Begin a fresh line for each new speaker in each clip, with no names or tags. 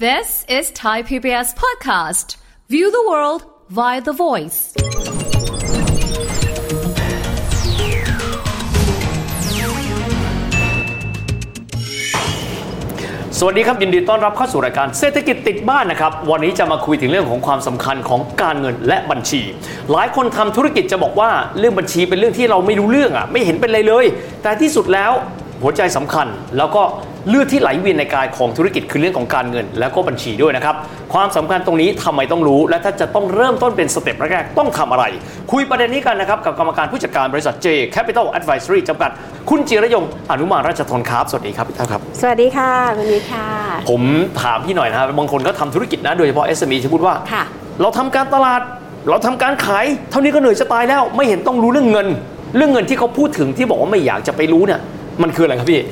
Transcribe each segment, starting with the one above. This is Thai PBS Podcast. View the world via the voice.
สวัสดีครับ ยินดีต้อนรับเข้าสู่รายการเศรษฐกิจติดบ้านนะครับ วันนี้จะมาคุยถึงเรื่องของความสำคัญของการเงินและบัญชี หลายคนทำธุรกิจจะบอกว่าเรื่องบัญชีเป็นเรื่องที่เราไม่รู้เรื่องอ่ะไม่เห็นเป็นไรเลย แต่ที่สุดแล้วหัวใจสำคัญ แล้วก็เลือดที่ไหลเวียนในกายของธุรกิจคือเรื่องของการเงิน แล้วก็บัญชีด้วยนะครับความสำคัญตรงนี้ทำไมต้องรู้ และถ้าจะต้องเริ่มต้นเป็นสเต็ปแรกๆต้องทำอะไร คุยประเด็นนี้กันนะครับกับกรรมการผู้จัดการบริษัท J Capital Advisory จำกัด คุณจิรยงอนุมานราชธนครับสวัสดีครับพี่ท่านครับ
สวัสดีค่ะคุณวิทย์ค่ะ
ผมถามพี่หน่อยนะครับบางคนก็ทำธุรกิจนะ โดยเฉพาะ SME จะพูดว่า
ค่ะ
เราทำการตลาด เราทำการขาย เท่านี้ก็เหนื่อยจะตายแล้ว ไม่เห็นต้องรู้เรื่องเงิน เรื่องเงินที่เขาพูดถึงที่บอกว่าไม่อยากจะไปรู้เนี่ย มันคืออะไรครับพี่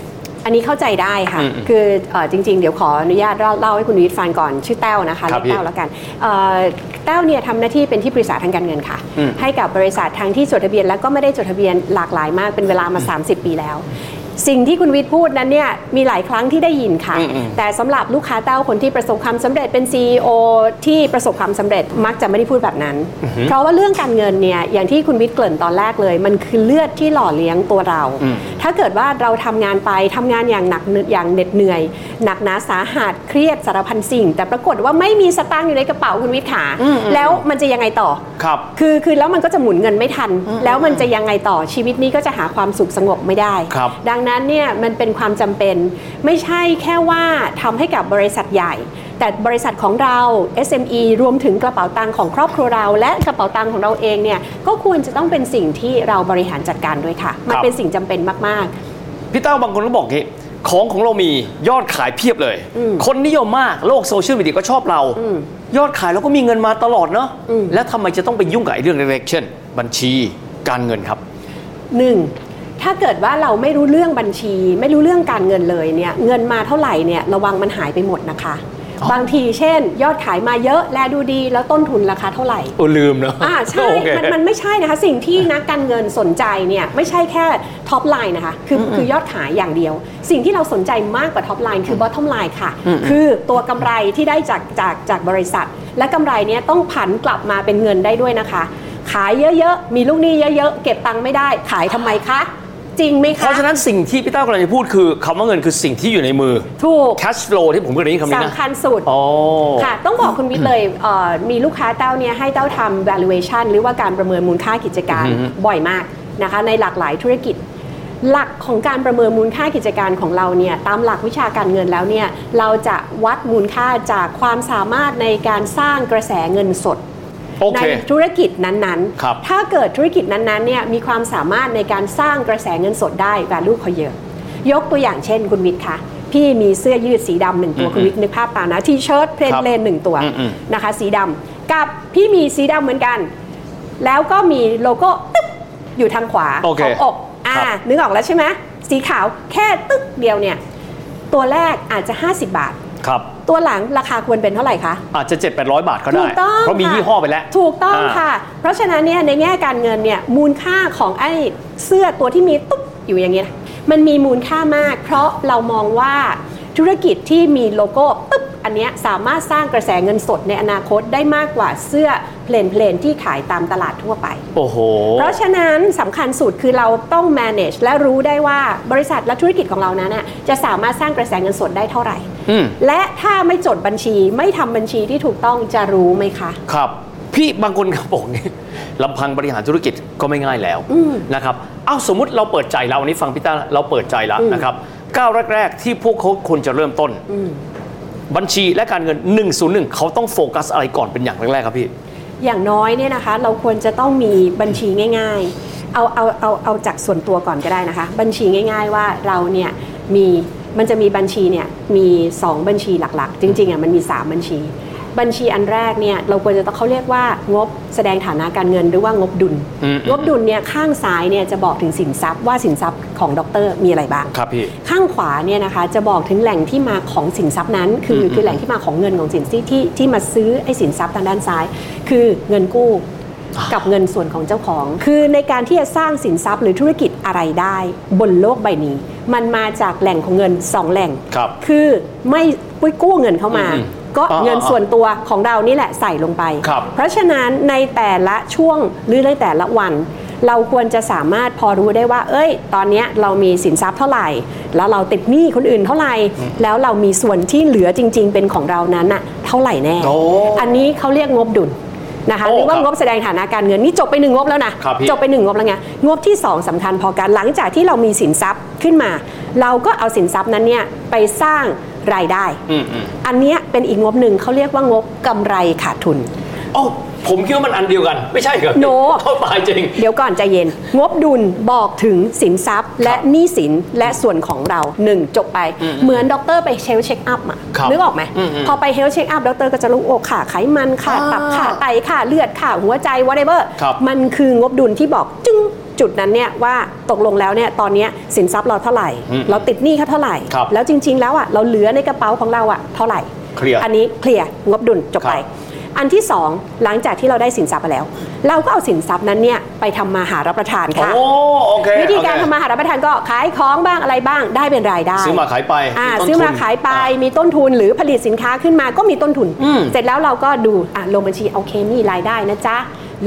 อันนี้เข้าใจได้ค่ะ
อืมอืม
คือเออจริง ๆ เดี๋ยวขออนุญาตเล่าเล่าให้คุณวิทย์ฟังก่อนชื่อแต้วนะคะ
ครับ
เรียก
พี่
แต้วแล้วกันเอ่อแต้วเนี่ยทำหน้าที่เป็นที่ปรึกษาทางการเงินค่ะ
อืม
ให้กับบริษัททางที่จดทะเบียน แล้วก็ไม่ได้จดทะเบียนหลากหลายมากเป็นเวลามา 30 ปีแล้ว สิ่งที่คุณวิทย์พูดนั้นเนี่ยมีหลายครั้งที่ได้ยินค่ะ
อืมอืม
แต่สำหรับลูกค้าเต้าคนที่ประสบความสำเร็จเป็น CEO ที่ประสบความสำเร็จมักจะไม่ได้พูดแบบนั้น เพราะว่าเรื่องการเงินเนี่ยอย่างที่คุณวิทย์เกริ่นตอนแรกเลย มันคือเลือดที่หล่อเลี้ยงตัวเรา
อืม
ถ้าเกิดว่าเราทำงานไปทำงานอย่างหนักอย่างเหน็ดเหนื่อย หนักหนาสาหัสเครียดสารพันสิ่ง แต่ปรากฏว่าไม่มีสตางค์อยู่ในกระเป๋าคุณวิทย์ขาแล้วมันจะยังไงต่อ
ครับ
คือคือแล้วมันก็จะหมุนเงินไม่ทัน แล้วมันจะยังไงต่อชีวิตนี้ก็จะหาความสุขสงบไม่ได้
ครับ
ดังนั้นเนี่ยมันเป็นความจำเป็นไม่ใช่แค่ว่าทำให้กับบริษัทใหญ่ แต่บริษัทของเรา SME รวมถึงกระเป๋าตังค์ของครอบครัวเรา และกระเป๋าตังค์ของเราเองเนี่ยก็ควรจะต้องเป็นสิ่งที่เราบริหารจัดการด้วยค่ะ มั
คน รับ
เป็นสิ่งจำเป็นมาก ๆ
พี่เต้าบางคนก็บอกงี้ของของเรามียอดขายเพียบเลย
อืม
คนนิยมมากโลกโซเชียลมีเดียก็ชอบเรา
อืม
ยอดขายเราก็มีเงินมาตลอดเนาะ
อืม
แล้วทำไมจะต้องไปยุ่งกับไอ้เรื่องเล็กๆเช่นบัญชีการเงินครับ
หนึ่งถ้าเกิดว่าเราไม่รู้เรื่องบัญชี ไม่รู้เรื่องการเงินเลยเนี่ยเงินมาเท่าไหร่เนี่ยระวังมันหายไปหมดนะคะ
อ๋อ
บางทีเช่น ยอดขายมาเยอะแลดูดีแล้วต้นทุนราคาเท่าไหร่
โอ้ลืมเนาะ
อ่าใช่
โอเค
มันมันไม่ใช่นะคะสิ่งที่นักการเงินสนใจเนี่ยไม่ใช่แค่ท็อปไลน์นะคะคือคือยอดขายอย่างเดียว สิ่งที่เราสนใจมากกว่าท็อปไลน์คือบอททอมไลน์ค่ะ
อืม
คือตัวกำไรที่ได้จากจากจากบริษัท และกำไรเนี้ยต้องผันกลับมาเป็นเงินได้ด้วยนะคะ ขายเยอะๆ มีลูกหนี้เยอะๆ เก็บตังค์ไม่ได้ ขายทำไมคะ จริงไหม
เพ
คะ
ราะฉะนั้นสิ่งที่พี่เต้ากำลังจะพูดคือคำว่าเงินคือสิ่งที่อยู่ในมือ
ถูก
cash flow ที่ผมเคยได้ยินคำนี้นะ
สำคัญสุด
อ๋อ
ค่ะ ต้องบอกคุณวิทย์เลยเอ่อมีลูกค้าเต้าเนี่ยให้เต้าทำ valuation หรือว่าการประเมินมูลค่ากิจการ
อือฮึ
บ่อยมากนะคะ ในหลากหลายธุรกิจ หลักของการประเมินมูลค่ากิจการของเราเนี่ยตามหลักวิชาการเงินแล้วเนี่ยเราจะวัดมูลค่าจากความสามารถในการสร้างกระแสเงินสด
โอเค
ในธุรกิจนั้น
ครับ
ถ้าเกิดธุรกิจนั้นๆเนี่ยมีความสามารถในการสร้างกระแสเงินสดได้ value เขาเยอะ ยกตัวอย่างเช่นคุณวิทย์คะ พี่มีเสื้อยืดสีดำหนึ่งตัว คุณวิทย์นึกภาพตามนะ ทีเชิ้ตเพลน
ครับ
เลนหนึ่งตัว
อืมอืม
นะคะ สีดำกับพี่มีสีดำเหมือนกัน แล้วก็มีโลโก้ตึ๊บอยู่ทางขวา
โอเค
ของอกอ่า
ครับ
นึกออกแล้วใช่ไหมสีขาวแค่ตึ๊กเดียวเนี่ยตัวแรกอาจจะ 50 บาท
ครับ
ตัวหลังราคาควรเป็นเท่าไหร่คะ
อาจจะ 7 800 บาทก็ได้
ถูกต้อง
เพราะมี
ค่
ยี่ห้อไปแล้ว
ถูกต้อง
อ่า
ค่ะ เพราะฉะนั้นเนี่ยในแง่การเงินเนี่ยมูลค่าของไอ้เสื้อตัวที่มีตุ๊บอยู่อย่างเงี้ยมันมีมูลค่ามาก เพราะเรามองว่าธุรกิจที่มีโลโก้ตุ๊บอันเนี้ยสามารถสร้างกระแสเงินสดในอนาคตได้มากกว่าเสื้อเพลนเพลนๆที่ขายตามตลาดทั่วไป
โอ้โห
เพราะฉะนั้นสำคัญสุดคือเราต้อง manage และรู้ได้ว่าบริษัทและธุรกิจของเรานั้นน่ะจะสามารถสร้างกระแสเงินสดได้เท่าไหร่
อืม
และถ้าไม่จดบัญชีไม่ทำบัญชีที่ถูกต้องจะรู้ไหมคะ
ครับ พี่บางคนก็บอกนี่ลำพังบริหารธุรกิจก็ไม่ง่ายแล้ว
อืม
นะครับเอ้าสมมติเราเปิดใจแล้ววันนี้ฟังพี่ต้าเราเปิดใจแล้ว
อืม
นะครับก้าวแรก ๆ ที่พวกเขาควรจะเริ่มต้น
อืม
บัญชีและการเงิน 101 เขาต้องโฟกัสอะไรก่อนเป็นอย่างแรกๆครับพี่
อย่างน้อยเนี่ยนะคะเราควรจะต้องมีบัญชีง่าย ๆ เอาเอาเอาเอาจากส่วนตัวก่อนก็ได้นะคะ บัญชีง่าย ๆ ว่าเราเนี่ยมีมันจะมีบัญชีเนี่ยมี 2 บัญชีหลักๆ จริงๆอ่ะมันมี 3 บัญชี บัญชีอันแรกเนี่ยเราควรจะต้องเขาเรียกว่างบแสดงฐานะการเงินหรือว่างบดุล
อืม
งบดุลเนี่ยข้างซ้ายเนี่ยจะบอกถึงสินทรัพย์ว่าสินทรัพย์ของดอกเตอรมีอะไรบ้าง
ครับพี่
ข้างขวาเนี่ยนะคะจะบอกถึงแหล่งที่มาของสินทรัพย์นั้น คือ
อืม
คือแหล่งที่มาของเงินของสินทรัพย์ที่ที่มาซื้อไอ้สินทรัพย์ทางด้านซ้าย คือเงินกู้กับเงินส่วนของเจ้าของ คือในการที่จะสร้างสินทรัพย์หรือธุรกิจอะไรได้ บนโลกใบนี้ มันมาจากแหล่งของเงินสองแหล่ง
ครับ
อไม่ ปุ้ยกู้เงินเข้ามา
อืม
ก็
อ่า
เงินส่วนตัวของเรานี่แหละใส่ลงไป
ครับ
เพราะฉะนั้นในแต่ละช่วงหรือในแต่ละวัน เราควรจะสามารถพอรู้ได้ว่า เอ้ย ตอนเนี้ยเรามีสินทรัพย์เท่าไหร่ แล้วเราติดหนี้คนอื่นเท่าไหร่ แล้วเรามีส่วนที่เหลือจริง ๆ เป็นของเรานั้นอะเท่าไหร่แน่
โอ้
อันนี้เขาเรียกงบดุลนะคะ
โอ้
หรือว่า
ครับ
งบแสดงฐานะการเงินนี่จบไปหนึ่งงบแล้วนะครับ
พี่
จบไปหนึ่งงบแล้วไงงบที่สองสำคัญพอกันหลังจากที่เรามีสินทรัพย์ขึ้นมา เราก็เอาสินทรัพย์นั้นเนี่ยไปสร้างรายได้
อืมอืม
อันเนี้ยเป็นอีกงบหนึ่งเขาเรียกว่างบกำไรขาดทุน
โอ้ผมคิดว่ามันอันเดียวกัน ไม่ใช่เหรอ
โน้
เขาตายจริ ง
เดี๋ยวก่อนใจเย็น งบดุลบอกถึงสินทรัพย์ และหนี้สินและส่วนของเราหนึ่งจบไป
อืม
เหมือนด็อกเตอร์ไปเชลเช็คอัพอะ
ครับ
นึกออกไหม
อืมอืม
พอไปเฮลเช็คอัพด็อกเตอร์ก็จะรู้โอ้ขาไขมันขา
อ่า
ตับขาไตขาเลือดขาหัวใจ whatever
ครับ
มันคืองบดุลที่บอกจึ้งจุดนั้นเนี่ยว่าตกลงแล้วเนี่ยตอนเนี้ยสินทรัพย์เราเท่าไหร่
อืม
เราติดหนี้เขาเท่าไหร่
ครับ
แล้วจริง ๆ แล้วอะเราเหลือในกระเป๋าของเราอะเท่าไหร่
เคลียร์
อันนี้เคลียร์งบดุลจบ
ค
ไป
รับ
อันที่ 2 หลังจากที่เราได้สินทรัพย์มาแล้ว เราก็เอาสินทรัพย์นั้นเนี่ยไปทำมาหารับประทาน
โอ้
ค่ะ
โอเค
วิธีการ
โอเค
ทำมาหารับประทานก็ขายของบ้างอะไรบ้างได้เป็นรายได้
ซื้อมาขายไป
อ่า
ต้น
ซื้อมา
ทุน
ขายไป
อ่
มีต้นทุนหรือผลิตสินค้าขึ้นมาก็มีต้นทุน
อืม
เสร็จแล้วเราก็ดูอ่ะลงบัญชีโอเคมีรายได้นะจ๊ะ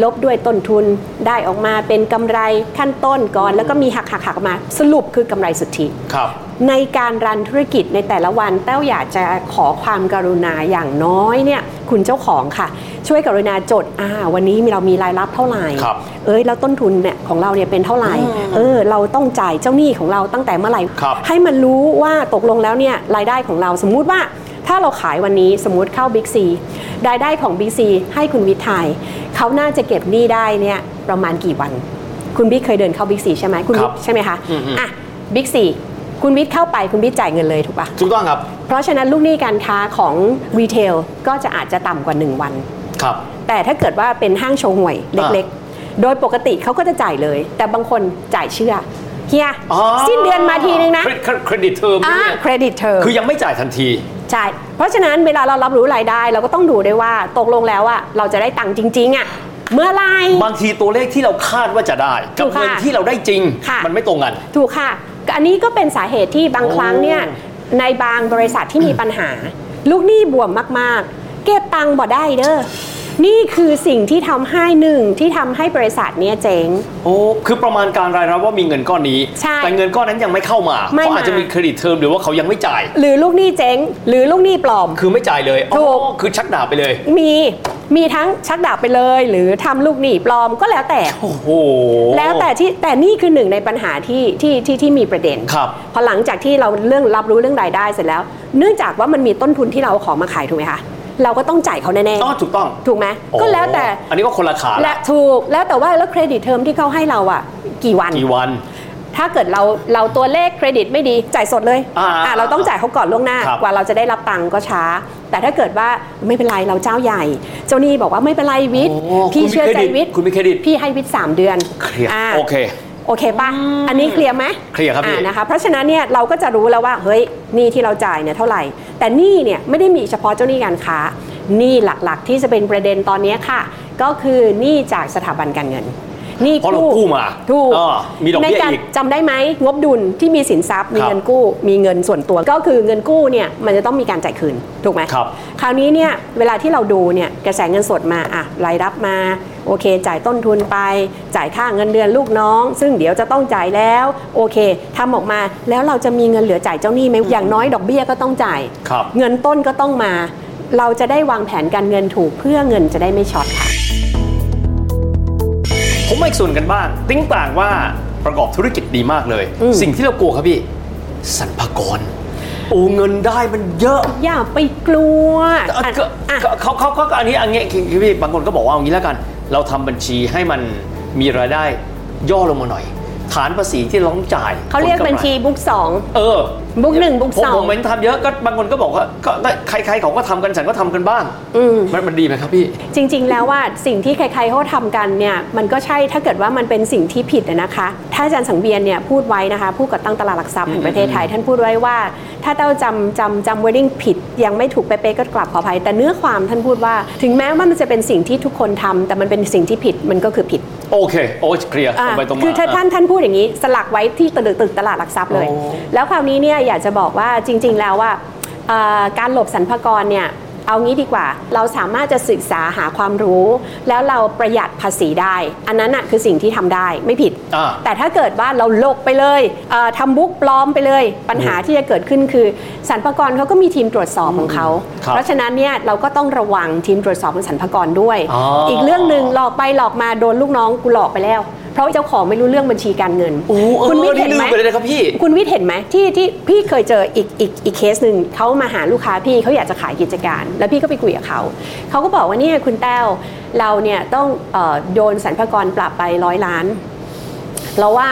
ลบด้วยต้นทุนได้ออกมาเป็นกำไรขั้นต้นก่อน แล้วก็มีหักหักหักๆๆมาสรุปคือกำไรสุทธิ
าครับ
ในการรันธุรกิจในแต่ละวันแต้วอยากจะขอความกรุณาอย่างน้อยเนี่ยคุณเจ้าของค่ะ ช่วยกรุณาจดอ่าวันนี้มีเรามีรายรับเท่าไหร่
ครับ
เอ้ยแล้วต้นทุนเนี่ยของเราเนี่ยเป็นเท่าไหร่เออเราต้องจ่ายเจ้าหนี้ของเราตั้งแต่เมื่อไหร่
ครับ
ให้มันรู้ว่าตกลงแล้วเนี่ยรายได้ของเราสมมุติว่าถ้าเราขายวันนี้สมมุติเข้า Big C รายได้ของ Big C ให้คุณวิทย์ไทยเขาน่าจะเก็บหนี้ได้เนี่ยประมาณกี่วัน คุณบิ๊กเคยเดินเข้าบิ๊กซีใช่ไหมคุณ
ครั
บิ๊
บ
กใช่ไหมคะ
อืมๆ
อ่ะบิ๊กซีคุณบิ๊กเข้าไปคุณบิ๊กจ่ายเงินเลยถูกปะ
ถูกต้องครับ
เพราะฉะนั้นลูกหนี้การค้าของรีเทลก็จะอาจจะต่ำกว่า 1 วัน
ครับ
แต่ถ้าเกิดว่าเป็นห้างโชห่วยเล็กๆ โดยปกติเขาก็จะจ่ายเลย แต่บางคนจ่ายเชื่อเฮีย
อ๋อ
สิ้นเดือนมาทีนึงนะ
เครดิตเครดิตเทอม
อ่า
เนี่ย
เครดิตเธอ
คือยังไม่จ่ายทันที
ใช่ เพราะฉะนั้นเวลาเรารับรู้รายได้เราก็ต้องดูด้วยว่าตกลงแล้วอะเราจะได้ตังค์จริงๆอะเมื่อไหร
บางทีตัวเลขที่เราคาดว่าจะได้
ถู
กับ
กค่ะ
เงินที่เราได้จริง
ค่ะ
มันไม่ตรงกัน
ถูกค่ะ อันนี้ก็เป็นสาเหตุที่บาง
โอ้
ครั้งเนี่ยในบางบริษัทที่มีปัญหา ลูกหนี้บวมมากๆ เก็บตังค์บ่ได้เด้อ นี่คือสิ่งที่ทำให้หนึ่งที่ทำให้บริษัทเนี้ยเจ๊ง
โอ้คือประมาณการรายรับว่ามีเงินก้อนนี้
ใช่
แต่เงินก้อนนั้นยังไม่เข้ามา
ไม่
เขาอาจจะ
มามี
มีเครดิตเทอมหรือว่าเขายังไม่จ่าย
หรือลูกหนี้เจ๊ง หรือลูกหนี้ปลอม
คือไม่จ่ายเลย
ถูก
อ๋อคือชักดาบไปเลย
มีมีทั้งชักดาบไปเลย หรือทำลูกหนี้ปลอมก็แล้วแต่
โอ้โห
แล้วแต่ที่แต่นี่คือหนึ่งในปัญหาที่ที่ที่ที่มีประเด็น
ครับ
พอหลังจากที่เราเรื่องรับรู้เรื่องรายได้เสร็จแล้ว เนื่องจากว่ามันมีต้นทุนที่เราเอาของมาขายถูกไหมคะเราก็ต้องจ่ายเขาแน่
อ๋อถูกต้อง
ถูกไหมก็แล้วแต่
อันนี้ก็คนละขาละ
และถูกแล้วแต่ว่าแล้วเครดิตเทอมที่เขาให้เราอ่ะกี่วัน
กี่วัน
ถ้าเกิดเราเราตัวเลขเครดิตไม่ดีจ่ายสดเลย
อ่า
ะเราต้องจ่ายเขาก่อนล่วงหน้า
ครับ
กว่าเราจะได้รับตังค์ก็ช้า แต่ถ้าเกิดว่าไม่เป็นไรเราเจ้าใหญ่ เจ้าหนี้บอกว่าไม่เป็นไรวิทย์
โอ้
พี่
คุณมี
เชื่อ
เคร
ใจ
ดิต
วิทย์
คุณมีเครดิต
พี่ให้วิทย์สามเดือน
เคลียร์
า
โอเค
โอเคป่ะอันนี้เคลียร์ไหม
เคลียร์ครับพี่
อ่านะคะเพราะฉะนั้นเนี่ยเราก็จะรู้แล้วว่าเฮ้ยหนี้ที่เราจ่ายเนี่ยเท่าไหร่ แต่หนี้เนี่ยไม่ได้มีเฉพาะเจ้าหนี้การค้าหนี้หลักๆ ที่จะเป็นประเด็นตอนเนี้ยค่ะ ก็คือหนี้จากสถาบันการเงินหนี้
เพราะเรากู้มา
ถูก
อ่ามีดอกเบี้ย
ในาร
อีก
จำได้ไหมงบดุลที่มีสินทรัพย์ มี
ครับ
เงินกู้ มีเงินส่วนตัวก็คือเงินกู้เนี่ยมันจะต้องมีการจ่ายคืนถูกไหม
ครับ
คราวนี้เนี่ยเวลาที่เราดูเนี่ยกระแสเงินสดมาอะรายรับมาโอเค จ่ายต้นทุนไป จ่ายค่าเงินเดือนลูกน้อง ซึ่งเดี๋ยวจะต้องจ่ายแล้วโอเคทำออกมาแล้วเราจะมีเงินเหลือจ่ายเจ้าหนี้ไหมอย่างน้อยดอกเบี้ยก็ต้องจ่าย
ครับ
เงินต้นก็ต้องมา เราจะได้วางแผนการเงินถูกเพื่อเงินจะได้ไม่ช็อตค่ะ
ผมมาอีกส่วนกันบ้าง ติ้งต่างว่าประกอบธุรกิจดีมากเลย
อืม
สิ่งที่เรากลัวครับพี่สรรพากรโอ้เงินได้มันเยอะ
อย่าไปกลัว
เอ่อ
อ่ะ
ก็
อ่ะ
ก็เขาเขาเขาก็อันนี้อันนี้คือคือพี่บางคนก็บอกว่าเอางี้แล้วกัน เราทำบัญชีให้มันมีรายได้ย่อลงมาหน่อย ฐานภาษีที่เราต้องจ่าย
เขาเรียก
ผลำไ
บัญชีบุ๊กสอง
เออ
book หนึ่ง book
ผม
สอง
ผมเห็นทำเยอะก็บางคนก็บอกว่าก็ก็ใครๆเขาก็ทำกันฉันก็ทำกันบ้าง
อืม
มันมันดีไหมครับพี่
จริง ๆ แล้วว่าสิ่งที่ใครๆเขาทำกันเนี่ยมันก็ใช่ถ้าเกิดว่ามันเป็นสิ่งที่ผิดอะนะคะ ถ้าอาจารย์สังเวียนเนี่ยพูดไว้นะคะผู้ก่อตั้งตลาดหลักทรัพย์แห่งประเทศไทย ท่านพูดไว้ว่า ถ้าเต้าจำจำจำวอร์ดิ้งผิด ยังไม่ถูกเป๊ะๆก็กลับขออภัย แต่เนื้อความท่านพูดว่า ถึงแม้ว่ามันจะเป็นสิ่งที่ทุกคนทำแต่มันเป็นสิ่งที่ผิดมันก็คือผิด
โอเค โอ้เคลียร์ตรงไปตรงมา
คือถ้าท่านท่านพูดอย่างนี้สลักไว้ที่ตึกตึกตลาดหลักทรัพย์เลย
โอ้
แล้วคราวนี้เนี่ยอยากจะบอกว่าจริง ๆ แล้วว่า เอ่อการหลบสรรพากรเนี่ยเอางี้ดีกว่า เราสามารถจะศึกษาหาความรู้ แล้วเราประหยัดภาษีได้ อันนั้นน่ะคือสิ่งที่ทำได้ไม่ผิด
อ่า
แต่ถ้าเกิดว่าเราโลกไปเลยเอ่อทำบุ๊กปลอมไปเลย ปัญหาที่จะเกิดขึ้นคือสรรพากรเขาก็มีทีมตรวจสอบของเขา
ครับ
เพราะฉะนั้นเนี่ยเราก็ต้องระวังทีมตรวจสอบของสรรพากรด้วย
อ๋ออี
กเรื่องหนึ่งหลอกไปหลอกมาโดนลูกน้องกูหลอกไปแล้ว เพราะเจ้าของไม่รู้เรื่องบัญชีการเงิน
โอ้เออ
คุณวิทย์
นี่
เห็น
ลื
ไห
ม
ม
ไปเลยนะครับพี่
คุณวิทย์เห็นไหมที่ที่พี่เคยเจออีกอีกอีกเคสหนึ่งเขามาหาลูกค้าพี่เขาอยากจะขายกิจการ แล้วพี่ก็ไปคุยกับเขาเขาก็บอกว่าเนี่ยคุณแต้วเราเนี่ยต้องเออโดนสรรพากรปรับไปร้อยล้านแล้วว่า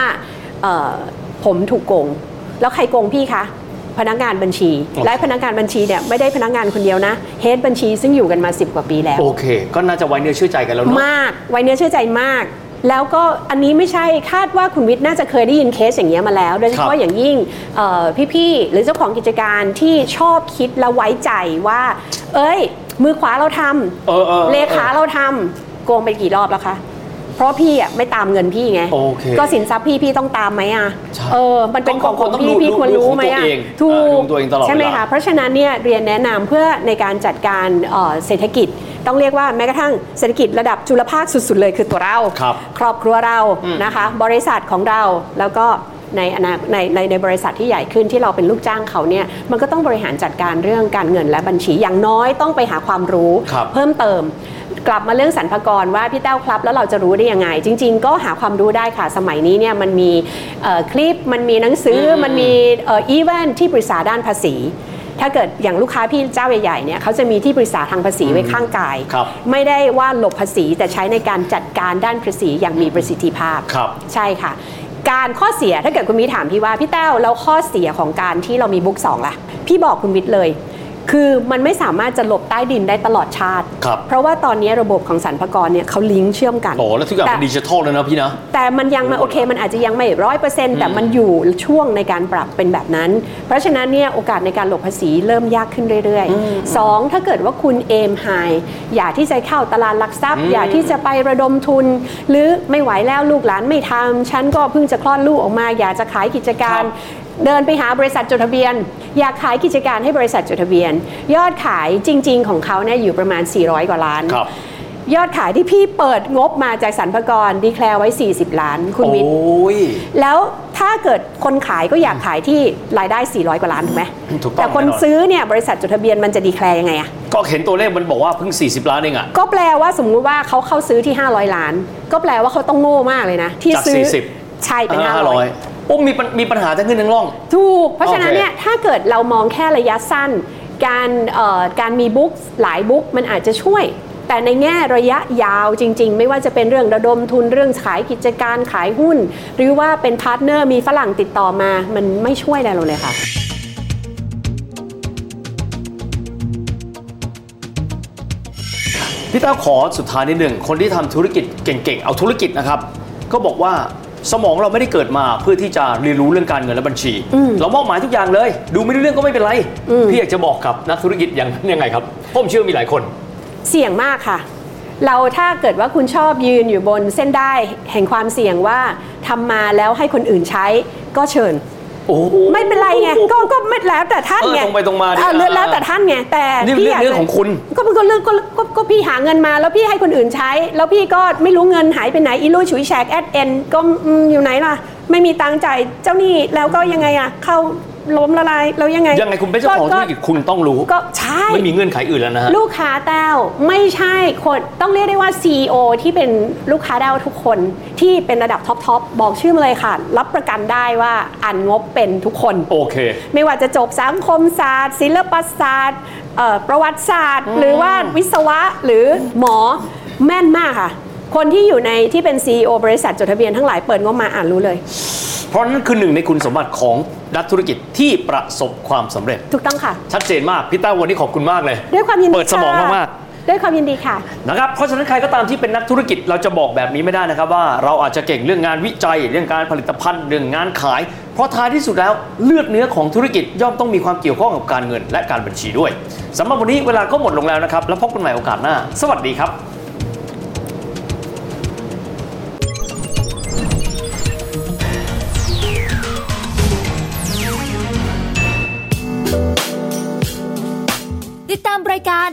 เอ่อผมถูกโกง แล้วใครโกงพี่คะ พนักงานบัญชี
โอเค
และพนักงานบัญชีเนี่ยไม่ได้พนักงานคนเดียวนะเฮดบัญชีซึ่งอยู่กันมา 10 กว่าปีแล้ว
โอเค ก็น่าจะไว้เนื้อเชื่อใจกันแล้วเนาะ
มากไว้เนื้อเชื่อใจมาก แล้วก็อันนี้ไม่ใช่คาดว่าคุณวิทย์น่าจะเคยได้ยินเคสอย่างเงี้ยมาแล้ว โดยเฉ
ครั
พาะ
บ
อย่างยิ่งเอ่อพี่ๆหรือเจ้าของกิจการที่ชอบคิดและไว้ใจว่า เอ้ย มือขวาเราท
เออเออเออ
ำเลขาเราทำโกงไปกี่รอบแล้วคะเพราะพี่อ่ะไม่ตามเงินพี่ไง
โอเค
ก็สินทรัพย์พี่พี่ต้องตามไหมอ่ะ
ใช่
เออมันเป็นของของ
ต้องดู
พี่พี่ควรรู้ไหมอ่ะ
ดูของตัวเองเออดู
ถูก
ตัวเองตลอด
ใช่ไหม
เวลา
คะ เพราะฉะนั้นเนี่ยเรียนแนะนำเพื่อในการจัดการเอ่อเศรษฐกิจ ต้องเรียกว่าแม้กระทั่งเศรษฐกิจระดับจุลภาคสุด ๆ เลยคือตัวเรา
ครับ
ครอบครัวเรา
อืม
นะคะ บริษัทของเราแล้วก็ในอนาในในในบริษัทที่ใหญ่ขึ้นที่เราเป็นลูกจ้างเขาเนี่ยมันก็ต้องบริหารจัดการเรื่องการเงินและบัญชีอย่างน้อยต้องไปหาความรู้
ครับ
เพิ่มเติม กลับมาเรื่องสรรพากรว่าพี่แต้วครับ แล้วเราจะรู้ได้ยังไง จริง ๆ ก็หาความรู้ได้ค่ะ สมัยนี้เนี่ยมันมีเอ่อคลิปมันมีหนังสือมันมีเอ่ออีเวนท์ที่ปรึกษาด้านภาษี ถ้าเกิดอย่างลูกค้าพี่เจ้าใหญ่ๆเนี่ยเขาจะมีที่ปรึกษาทางภาษีไว้ข้างกาย
ครับ
ไม่ได้ว่าหลบภาษีแต่ใช้ในการจัดการด้านภาษีอย่างมีประสิทธิภาพ
ครับ
ใช่ค่ะ การข้อเสียถ้าเกิดคุณมิตรถามพี่ว่าพี่แต้วแล้วข้อเสียของการที่เรามีบุ๊กสองล่ะ พี่บอกคุณมิตรเลย คือมันไม่สามารถจะหลบใต้ดินได้ตลอดชาติ
ครับ
เพราะว่าตอนนี้ระบบของสรรพากรเนี่ยเขาลิงก์เชื่อมกัน
โอ้แล้วทุกอย่าง
แต่
เป็นดิจิทัลแล้วนะพี่นะ
แต่มันยังมาโอเคมันอาจจะยังไม่ร้อยเปอร์เซ็นต์แต่มันอยู่ช่วงในการปรับเป็นแบบนั้น เพราะฉะนั้นเนี่ยโอกาสในการหลบภาษีเริ่มยากขึ้นเรื่อยๆสองถ้าเกิดว่าคุณเอมไฮอยากที่จะเข้าตลาดหลักทรัพย์ อยากที่จะไประดมทุน หรือไม่ไหวแล้วลูกหลานไม่ทำฉันก็เพิ่งจะคลอดลูกออกมา อยากจะขายกิจการ
ครับ
เดินไปหาบริษัทจดทะเบียน อยากขายกิจการให้บริษัทจดทะเบียน ยอดขายจริง ๆ ของเขาเนี่ยอยู่ประมาณ 400 กว่าล้าน
ครับ
ยอดขายที่พี่เปิดงบมาจากสรรพากรดีแคลร์ไว้ 40 ล้าน คุณ
โอ
วิทย์
้ย
แล้วถ้าเกิดคนขายก็อยากขายที่รายได้ 400 กว่าล้านถูกไหม
ถูกต้อง
แต่คน
แน่นอน
ซื้อเนี่ยบริษัทจดทะเบียนมันจะดีแคลร์ยังไงอะ
ก็เห็นตัวเลขมันบอกว่าเพิ่ง 40 ล้านเองอะ
ก็แปลว่าสมมุติว่าเขาเข้าซื้อที่ 500 ล้าน ก็แปลว่าเขาต้องโง่มากเลยนะ ที่
จาก
ซื้อ
40
ใช่เป็น 500
500โอ้มีปัญมีปัญหาทั้งขึ้นทั้งล่อง
ถูก เพราะฉะนั้น
โอเค
เนี่ยถ้าเกิดเรามองแค่ระยะสั้น การเอ่อการมีบุ๊กหลายบุ๊กมันอาจจะช่วย แต่ในแง่ระยะยาวจริง ๆ ไม่ว่าจะเป็นเรื่องระดมทุนเรื่องขายกิจการขายหุ้น หรือว่าเป็นพาร์ทเนอร์มีฝรั่งติดต่อมา มันไม่ช่วยอะไรเราเลยค่ะ
พี่ต้าขอสุดท้ายนิดหนึ่งคนที่ทำธุรกิจเก่งๆ เอาธุรกิจนะครับ ก็บอกว่าสมองเราไม่ได้เกิดมาเพื่อที่จะเรียนรู้เรื่องการเงินและบัญชี เรามอบหมายทุกอย่างเลย ดูไม่รู้เรื่องก็ไม่เป็นไร พี่อยากจะบอกกับนักธุรกิจอย่างนั้นยังไงครับผมเชื่อมีหลายคน
เสี่ยงมากค่ะ เราถ้าเกิดว่าคุณชอบยืนอยู่บนเส้นได้แห่งความเสี่ยงว่าทำมาแล้วให้คนอื่นใช้ก็เชิญ
โอ้โห
ไม่เป็นไรไงก็ก็ไม่แล้วแต่ท่านไง
เออตรงไปตรงมาดิ
เออแล้วแล้วแต่ท่านไงแต่
นี่
พี่
เรื่อง
ยาก
เรื่อง
จะ
ของคุณ
ก็มันก็เรื่องก็ก็ก็พี่หาเงินมา แล้วพี่ให้คนอื่นใช้ แล้วพี่ก็ไม่รู้เงินหายไปไหนอีลุยฉุยแฉกแอดเอ็นก็อืมอยู่ไหนล่ะ ไม่มีตังค์จ่ายเจ้าหนี้แล้วก็ยังไงอ่ะเข้าล้มละลายแล้วยังไง
ยังไงคุณเป็นเจ้าของธุรกิจคุณต้องรู้
ก็ใช่
ไม่มีเงื่อนไขอื่นแล้วนะฮะ
ลูกค้าแต้วไม่ใช่คนต้องเรียกได้ว่า CEO ที่เป็นลูกค้าแต้วทุกคนที่เป็นระดับท็อปทอปบอกชื่อมาเลยค่ะ รับประกันได้ว่าอ่านงบเป็นทุกคน
โอเค
ไม่ว่าจะจบสังคมศาสตร์ ศิลปศาสตร์เอ่อประวัติศาสตร์ หรือว่าวิศวะหรือหมอแม่นมากค่ะ คนที่อยู่ในที่เป็น CEO บริษัทจดทะเบียนทั้งหลายเปิดงบมาอ่านรู้เลย
เพราะนั่นคือหนึ่งในคุณสมบัติของนักธุรกิจที่ประสบความสำเร็จ
ถูกต้องค่ะ
ชัดเจนมากพี่ต้าวันนี้ขอบคุณมากเลย
ด้วยความยินดี
เปิดสมอง
ค่ะ
มาก
ด้วยความยินดีค่ะ
นะครับ เพราะฉะนั้นใครก็ตามที่เป็นนักธุรกิจเราจะบอกแบบนี้ไม่ได้นะครับว่าเราอาจจะเก่งเรื่องงานวิจัย เรื่องการผลิตภัณฑ์เรื่องงานขาย เพราะท้ายที่สุดแล้วเลือดเนื้อของธุรกิจย่อมต้องมีความเกี่ยวข้องกับการเงิน และการบัญชีด้วยสำหรับวันนี้เวลาก็หมดลงแล้วนะครับ แล้วพบกันใหม่โอกาสหน้า สวัสดีครับ
ติดตามรายการ